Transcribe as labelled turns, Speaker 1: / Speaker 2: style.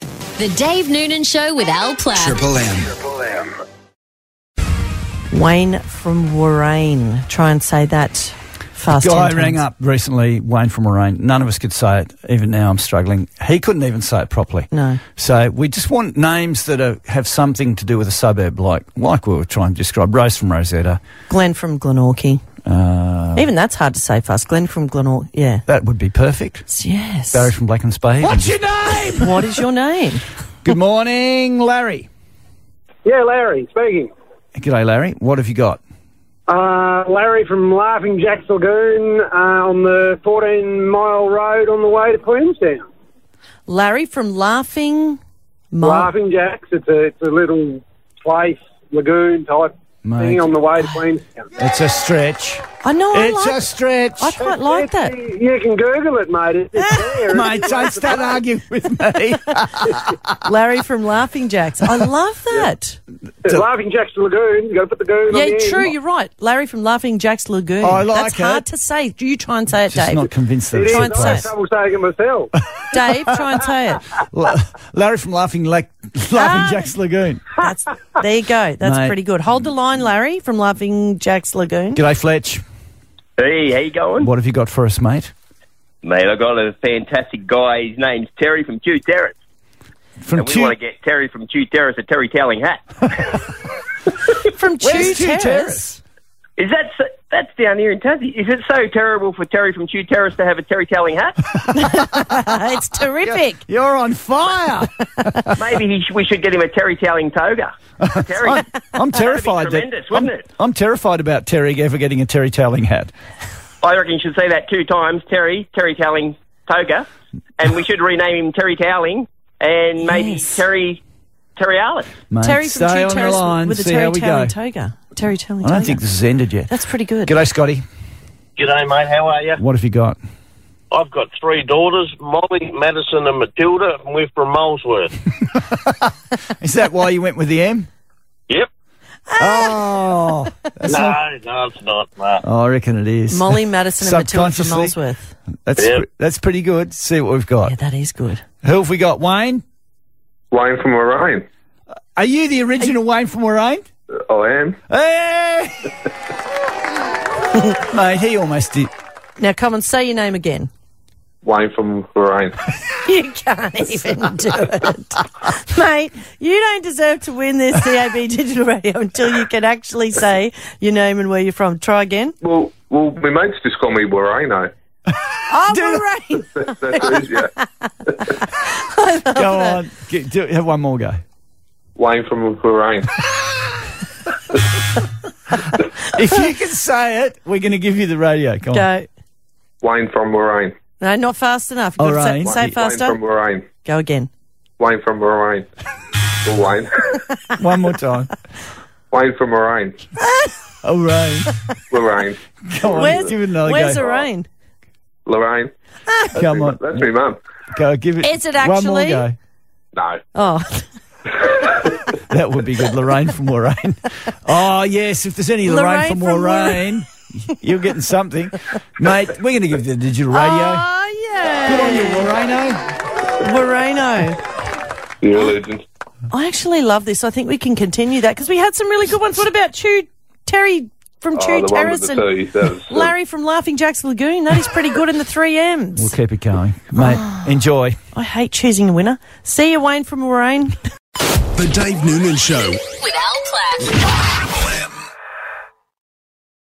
Speaker 1: The Dave Noonan Show with Al Platt.
Speaker 2: Triple M.
Speaker 3: Wayne from Warrain. Try and say that fast.
Speaker 4: Guy
Speaker 3: 10
Speaker 4: rang
Speaker 3: times.
Speaker 4: up recently, Wayne from Moraine. None of us could say it. Even now, I'm struggling. He couldn't even say it properly.
Speaker 3: No.
Speaker 4: So we just want names that are, have something to do with a suburb, like like we were trying to describe. Rose from Rosetta.
Speaker 3: Glenn from Glenorchy.
Speaker 4: Uh,
Speaker 3: Even that's hard to say fast. Glenn from Glenorchy. Yeah.
Speaker 4: that would be perfect.
Speaker 3: Yes.
Speaker 4: Barry from Black and Spade. What's your
Speaker 3: What is your name?
Speaker 4: Good morning, Larry.
Speaker 5: Yeah, Larry speaking.
Speaker 4: G'day, Larry. What have you got?
Speaker 5: Uh, Larry from Laughing Jack's Lagoon uh, on the 14 mile road on the way to Queenstown.
Speaker 3: Larry from Laughing. Mo-
Speaker 5: Laughing Jack's, it's a, it's a little place, lagoon type
Speaker 4: Mate.
Speaker 5: thing on the way to Queenstown.
Speaker 4: It's a stretch.
Speaker 3: I know. Oh, I
Speaker 4: It's
Speaker 3: like-
Speaker 4: a stretch.
Speaker 3: I quite like that.
Speaker 5: You, you can Google it, mate. It's, it's there.
Speaker 4: Mate, don't start arguing with me.
Speaker 3: Larry from Laughing Jacks. I love that.
Speaker 5: It's Laughing Jack's Lagoon. You got to put the goon on the
Speaker 3: yeah,
Speaker 5: end.
Speaker 3: true. You're right. Larry from Laughing Jacks Lagoon.
Speaker 4: I like
Speaker 3: That's hard
Speaker 4: it.
Speaker 3: to say. Do you try and say it,
Speaker 4: Just
Speaker 3: Dave?
Speaker 4: not convinced that
Speaker 5: It
Speaker 4: it's
Speaker 5: is.
Speaker 3: Try
Speaker 4: a
Speaker 3: and
Speaker 5: I
Speaker 3: say
Speaker 4: place.
Speaker 5: had
Speaker 3: it.
Speaker 5: trouble saying it myself.
Speaker 3: Dave, try and say it.
Speaker 4: La- Larry from Laughing Lake,
Speaker 3: Ah.
Speaker 4: Laughing Jack's Lagoon.
Speaker 3: That's, there you go. That's
Speaker 4: Mate.
Speaker 3: pretty good. Hold the line, Larry from Laughing Jacks Lagoon.
Speaker 4: G'day, Fletch.
Speaker 6: Hey, how you going?
Speaker 4: What have you got for us, mate?
Speaker 6: Mate, I got a fantastic guy. His name's Terry from Kew Terrace.
Speaker 4: From
Speaker 6: And we want to get Terry from Kew Terrace a Terry Towling hat.
Speaker 3: From Chew
Speaker 4: Where's Chew
Speaker 3: Terrace.
Speaker 4: Terrace?
Speaker 6: Is that so, that's down here in Tassie? Is it so terrible for Terry from Kew Terrace to have a Terry Towling hat?
Speaker 3: Uh, It's terrific.
Speaker 4: You're on fire.
Speaker 6: Maybe he sh- we should get him a Terry Towling toga. Terry,
Speaker 4: I'm terrified. that-
Speaker 6: tremendous, wouldn't
Speaker 4: I'm,
Speaker 6: it?
Speaker 4: I'm terrified about Terry ever getting a Terry Towling hat.
Speaker 6: I reckon you should say that two times. Terry, Terry Towling toga, and we should rename him Terry Towling and maybe
Speaker 3: Yes.
Speaker 6: Terry Terry Alice.
Speaker 4: Mate,
Speaker 3: Terry from
Speaker 4: stay
Speaker 3: Chew
Speaker 4: on
Speaker 3: Terrace
Speaker 4: your line.
Speaker 3: with a
Speaker 4: see
Speaker 3: Terry
Speaker 4: how we
Speaker 3: Towling
Speaker 4: go.
Speaker 3: toga. Terry Towling
Speaker 4: I
Speaker 3: toga.
Speaker 4: don't think this has ended yet.
Speaker 3: That's pretty good.
Speaker 4: G'day, Scotty.
Speaker 7: G'day, mate. How are you?
Speaker 4: What have you got?
Speaker 7: I've got three daughters, Molly, Madison, and Matilda, and we're from Molesworth.
Speaker 4: Is that why you went with the M?
Speaker 7: yep.
Speaker 4: Oh, that's
Speaker 7: No,
Speaker 4: not-
Speaker 7: no, it's not. No.
Speaker 4: Oh, I reckon it is.
Speaker 3: Molly Madison and Matilda from
Speaker 4: Subconsciously.
Speaker 3: Molesworth.
Speaker 4: That's
Speaker 7: Yeah.
Speaker 4: pre- that's pretty good. See what we've
Speaker 3: Yeah,
Speaker 4: got.
Speaker 3: that is good.
Speaker 4: Who have we got? Wayne.
Speaker 8: Wayne from Orion. Oh,
Speaker 4: Are you the original Wayne from Warrane?
Speaker 8: I am.
Speaker 4: Hey! Mate, he almost did.
Speaker 3: Now come and say your name again.
Speaker 8: Wayne from Orion.
Speaker 3: You can't even do it. Mate, you don't deserve to win this CAB Digital Radio until you can actually say your name and where you're from. Try again.
Speaker 8: well, well, my mates just call me Warino.
Speaker 3: Oh, Lorraine.
Speaker 8: That's easier.
Speaker 4: Go on. Get, do, have one more go.
Speaker 8: Wayne from Orion.
Speaker 4: If you can say it, we're going to give you the radio. Come on.
Speaker 3: Go.
Speaker 8: Wayne from Orion.
Speaker 3: No, not fast enough. You've got to
Speaker 4: Lorraine.
Speaker 3: say, say
Speaker 8: Wayne from
Speaker 3: faster.
Speaker 8: Orion.
Speaker 3: Go again.
Speaker 8: Wayne from Orion. Or Wayne.
Speaker 4: One more time.
Speaker 8: Wayne from Orion.
Speaker 4: Oh, Rain.
Speaker 8: Lorraine.
Speaker 4: Come on.
Speaker 3: Where's,
Speaker 4: give it another
Speaker 3: where's
Speaker 4: go.
Speaker 3: Lorraine?
Speaker 8: Lorraine.
Speaker 4: Come on.
Speaker 8: That's me mum.
Speaker 4: Go. Give it.
Speaker 3: Is it
Speaker 4: One more
Speaker 3: actually?
Speaker 4: go.
Speaker 8: No.
Speaker 3: Oh,
Speaker 4: That would be good. Lorraine from Warrane. Oh, yes. If there's any Lorraine,
Speaker 3: Lorraine
Speaker 4: from
Speaker 3: from
Speaker 4: Warrane, you're getting something. Mate, we're going to give you the digital radio.
Speaker 3: oh yeah.
Speaker 4: Good on you,
Speaker 3: Moreno.
Speaker 4: Warrane.
Speaker 8: You're a legend.
Speaker 3: I actually love this. I think we can continue that because we had some really good ones. What about Chew Terry from Chew
Speaker 8: Oh, the one with
Speaker 3: Terrace
Speaker 8: the
Speaker 3: and
Speaker 8: teeth. That was-
Speaker 3: Larry from Laughing Jack's Lagoon? That is pretty good in the three
Speaker 4: We'll
Speaker 3: M's.
Speaker 4: keep it going. Mate,
Speaker 3: Oh.
Speaker 4: enjoy.
Speaker 3: I hate choosing a winner. See you, Wayne from Moraine.
Speaker 2: The Dave Noonan Show.
Speaker 1: With Al Platt.